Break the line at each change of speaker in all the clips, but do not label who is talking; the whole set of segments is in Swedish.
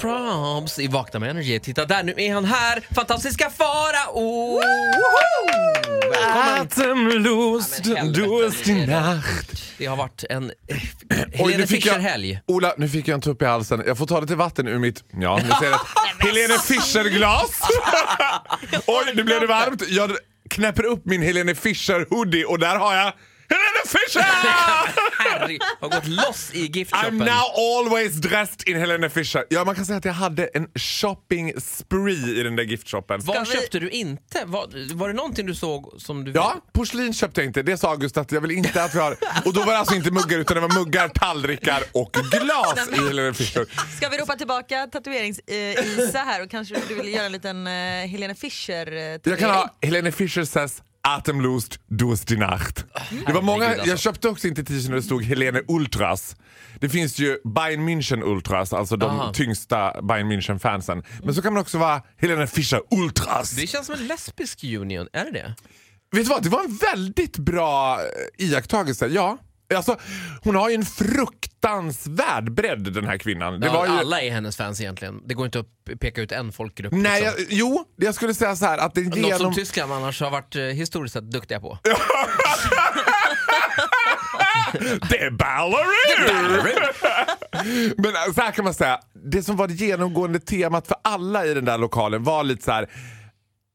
Proms i Vakna med Energy. Titta där, nu är han här! Fantastiska Farao!
Atemlust
Ja, men helvete,
durch
det är
die Nacht.
Det har varit en eh,
Oj,
Helene Fischer-helg.
jag, Ola, nu fick jag en tupp i halsen. Jag får ta lite vatten ur mitt... Ja, ni ser ett Helene
alltså.
Fischer-glas. Oj, nu blev det varmt. Jag knäpper upp min Helene Fischer-hoodie och där har jag Helene Fischer!
Harry har gått loss i
I'm
giftshoppen.
now always dressed in Helene Fischer. Ja, man kan säga att jag hade en shopping spree i den där giftshoppen.
Vad
Ska vi-
köpte du inte? Var, var det någonting du såg som du
Ja, porslin köpte jag inte. Det sa August att jag vill inte att vi har. Och då var det alltså inte muggar utan det var muggar, tallrikar och glas i Helene Fischer.
Ska vi ropa tillbaka tatuerings-Isa här och kanske du vill göra en liten eh, Helene Fischer-tatuering?
Jag kan ha Helene Fischer says Atemlust durch die Nacht. Det var många,
Herregud, alltså.
jag köpte också inte t-shirten där det stod Helene Ultras. Det finns ju Bayern München Ultras, alltså de
Aha.
tyngsta Bayern München-fansen. Men så kan man också vara Helene Fischer Ultras.
Det känns som en lesbisk union, är det det?
Vet du vad, det var en väldigt bra eh, iakttagelse. Ja. Alltså, hon har ju en fruktansvärd bredd den här kvinnan. Det
ja,
var ju...
Alla är hennes fans egentligen. Det går inte att peka ut en folkgrupp.
Nej, jag,
liksom.
jo, jag skulle säga så här att det
Något som
genom...
Tyskland annars har varit eh, historiskt sett duktiga på.
Det är Ballarur! Men eh, så här kan man säga, det som var det genomgående temat för alla i den där lokalen var lite så här...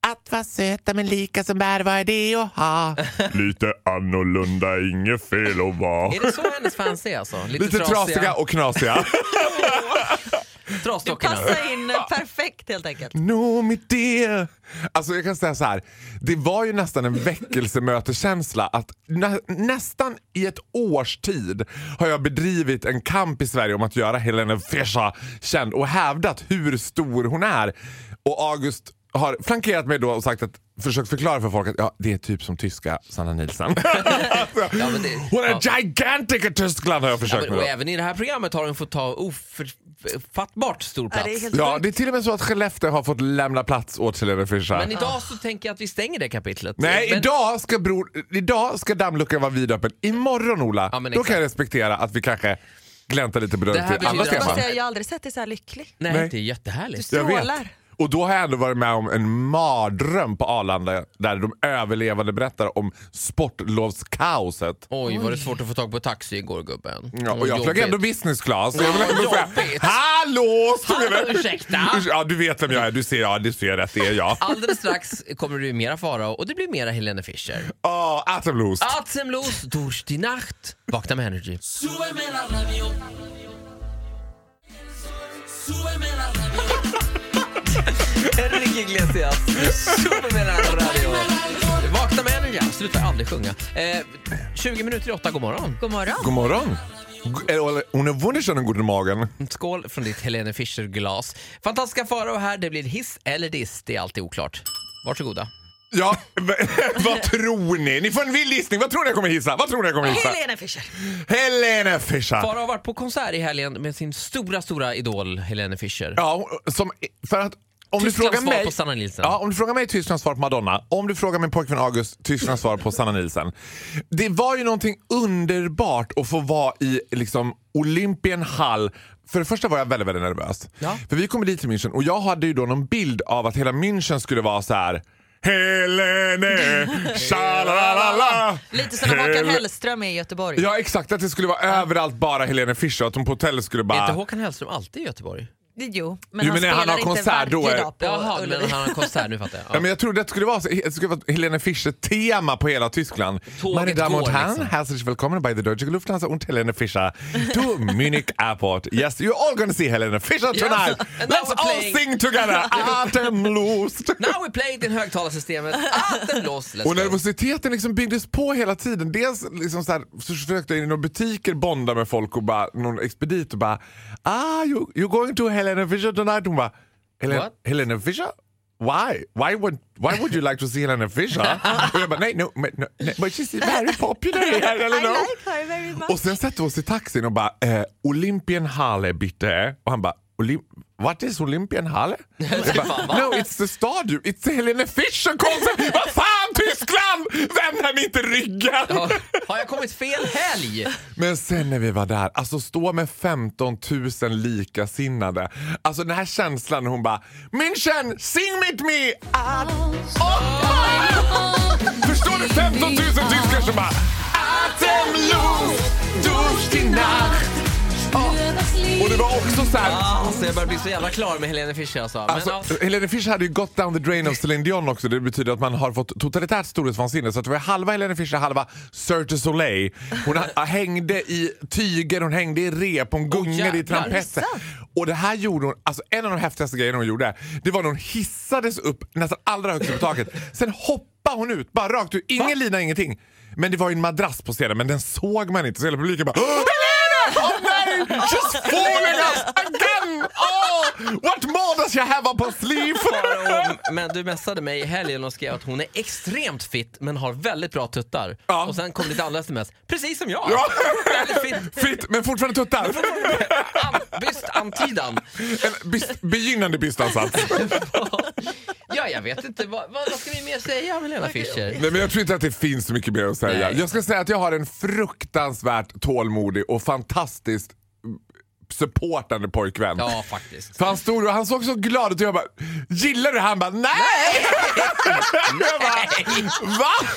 Att vara söta men lika som bär, vad är det att ha? Lite annorlunda, inget fel att vara.
Är det så hennes fans är alltså? Lite,
Lite trasiga och knasiga.
Du
Trasdockorna.
passar in perfekt helt enkelt.
No, mitt det. Alltså jag kan säga så här. Det var ju nästan en väckelsemöteskänsla att nä nästan i ett års tid har jag bedrivit en kamp i Sverige om att göra Helene Fischer känd och hävdat hur stor hon är. Och August har flankerat mig då och sagt att försökt förklara för folk att ja, det är typ som tyska Sanna Nilsson.
Ja, men det-
Hon är
ja.
gigantic i Tyskland har jag
Ja,
försökt
men,
med.
och
då.
även i det här programmet har hon fått ta ofattbart stor
Ja,
plats.
det är helt
Ja,
sjukt.
det är till och med så att Skellefteå har fått lämna plats åt Helene Fischer.
Men idag så tänker jag att vi stänger det kapitlet.
Nej,
men,
idag, ska bror, idag ska dammluckan vara vidöppen. Imorgon Ola,
Ja, men
då kan
exakt.
jag respektera att vi kanske gläntar lite på
Det
dörren
här
till alla
betyder
Jag
att-
Stefan.
måste säga, jag har aldrig sett dig så här lycklig.
Nej,
Nej.
det är
Du
jättehärligt.
Jag vet.
strålar.
Och då har jag ändå varit med om en mardröm på Arlanda där de överlevande berättar om sportlovskaoset.
Oj, var det svårt att få tag på taxi igår gubben.
Ja, och jag flög
Jobbigt.
ändå business class. Så jag vill ändå
Ja,
säga,
jobbigt.
Hallå! stod det
Hallå,
där.
ursäkta.
Ja, du vet vem jag är. Du ser, ja, du ser rätt. Det är jag.
Alldeles strax kommer det bli mera Farao och det blir mera Helene Fischer.
Oh, Atemlos.
Atemlos durch die Nacht. Vakna med Energy.
Súbeme la radio. Súbeme la radio.
Enrique Iglesias. Vakna med Energy. Jag slutar aldrig sjunga. Eh, 20 minuter i åtta, god morgon.
God morgon.
God morgon. eh, Hon är wunderschönen guten Morgen.
Skål från ditt Helene Fischer-glas. Fantastiska Farao här. Det blir hiss eller diss. Det är alltid oklart. Varsågoda.
Ja, v- vad tror ni? Ni får en vild gissning. Vad tror ni jag kommer hissa? Vad tror ni jag kommer hissa?
Helene Fischer.
Helene Fischer.
Farao har varit på konsert i helgen med sin stora, stora idol Helene Fischer.
Ja, som, för att om du
Tysklands
frågar
svar
mig...
på Sanna Nielsen.
Ja, om du frågar mig Tysklands svar på Madonna. Om du frågar min pojkvän August Tysklands svar på Sanna Nielsen. Det var ju någonting underbart att få vara i liksom Olympienhall. För det första var jag väldigt, väldigt nervös.
Ja.
För vi kommer dit till München och jag hade ju då någon bild av att hela München skulle vara så här. Helene, tja-la-la-la-la.
Lite som när Håkan
Hel-
Hellström är i Göteborg.
Ja exakt, att det skulle vara överallt bara Helene Fischer och att de på hotellet skulle
Är
bara...
inte Håkan Hellström alltid i Götedag?
Jo, men
Jo,
han
men när han
spelar
har
inte
konsert, då
varje
är-
dag på
Jaha, du menar
Ullevi.
han har en konsert nu fattar
Ja,
jag. Ja.
men jag trodde att det skulle vara, så- det skulle vara Helene Fischer-tema på hela Tyskland.
Tåget
Meine Damen und
går,
Herren,
liksom.
herzlich willkommen bei der Deutsche Lufthansa und Helene Fischer to Munich Airport. Yes, you're all gonna see Helene Fischer
Yes,
tonight.
and now
Let's
we're
all
playing.
sing together. Atemlust.
Now we play it in högtalarsystemet. Atemlås, let's
Och
go.
nervositeten liksom byggdes på hela tiden. Dels liksom så, här, så försökte jag i några butiker bonda med folk och bara, någon expedit och bara ah, you, you're going to Helena Fischer tonight? Hon bara Helena,
What?
Helena Fischer? Why? Why would, why would you like to see Helena Fischer? och jag bara nej, no, but, no, no, but she's very popular here,
I
eller no?
like her very much.
Och sen sätter vi oss i taxin och bara eh, Olympienhalle bitte. Och han bara Olymp What is Olympienhalle? Jag bara, no it's the stadium, it's the Helene Fischer concert! Vad fan Tyskland! Vänd henne inte ryggen!
Ja, har jag kommit fel helg?
Men sen när vi var där, alltså stå med 15 000 likasinnade. Alltså den här känslan när hon bara München, sing with me! Ad- oh! Förstår du 15 000 tyskar som bara Atemlos durch die Nacht. Och det var också så här...
Alltså, jag börjar bli så jävla klar med Helene Fischer alltså. Men,
Alltså,
ja.
Helene Fischer hade ju gått down the drain of Céline Dion också. Det betyder att man har fått totalitärt storhetsvansinne. Så att det var halva Helene Fischer, halva Cirque du Soleil. Hon ha- hängde i tyger, hon hängde i rep, hon gungade i
jävlar.
trampetter. Och det här gjorde hon, alltså en av de häftigaste grejerna hon gjorde, det var när hon hissades upp nästan allra högst upp i taket. Sen hoppade hon ut, bara rakt ut. Ingen lina, ingenting. Men det var ju en madrass på scenen, men den såg man inte. Så hela publiken bara Helene! Åh nej! She's falling us again! Oh, what more does she have up her sleeve?
Faro, men du messade mig i helgen och skrev att hon är extremt fit men har väldigt bra tuttar.
Ja.
Och sen kom ditt andra sms. Precis som jag!
Ja.
Väldigt fit.
Fitt, men fortfarande tuttar.
An- Byst antydan.
En byst, begynnande alltså. bystansats.
Ja, jag vet inte. Vad, vad, vad ska vi mer säga om Helena Fischer?
Nej, men jag tror inte att det finns så mycket mer att säga.
Nej.
Jag ska säga att jag har en fruktansvärt tålmodig och fantastiskt mm, supportande pojkvän.
Ja, faktiskt.
För han stod och han såg så glad ut och jag bara “Gillar du?” Han bara “Nej!” Jag bara “Va?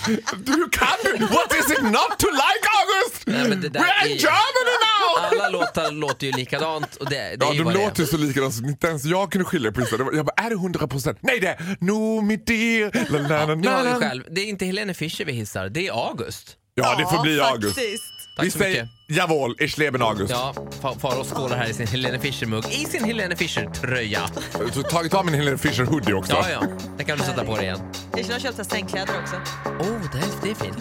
Hur kan du? What is it not to like August?
Nej, men det där
We're
är
in
ju-
Germany now!”
Alla låtar låter ju likadant och det, det
Ja,
är ju
de
vad det är.
låter ju så likadant så inte ens jag kunde skilja på vissa. Det var- Jag bara, är det 100 procent? Nej det är no mitt dear. La, la, la,
Du
la,
hör ju
la.
själv, det är inte Helene Fischer vi hissar, det är August.
Ja, det får bli August.
Faktiskt.
Tack
Vi
så mycket.
säger jawohl, ich leben August.
Ja, Fa- Farao skålar här i sin Helene Fischer-mugg, i sin Helene Fischer-tröja.
Så tagit av min Helene Fischer hoodie också.
Ja, ja, den kan du sätta på dig igen.
Jag känner att jag har köpt sängkläder också.
Åh, oh, det, här- det är fint.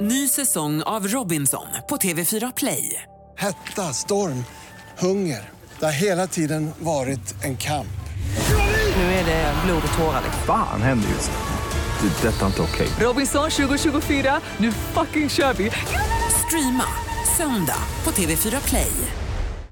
Ny säsong av Robinson på TV4 Play.
Hetta, storm, hunger. Det har hela tiden varit en kamp.
Nu är det blod och tårar.
Fan händer just nu. Det. är Detta är inte okej.
Robinson 2024, nu fucking kör vi! Streama söndag på TV4 Play.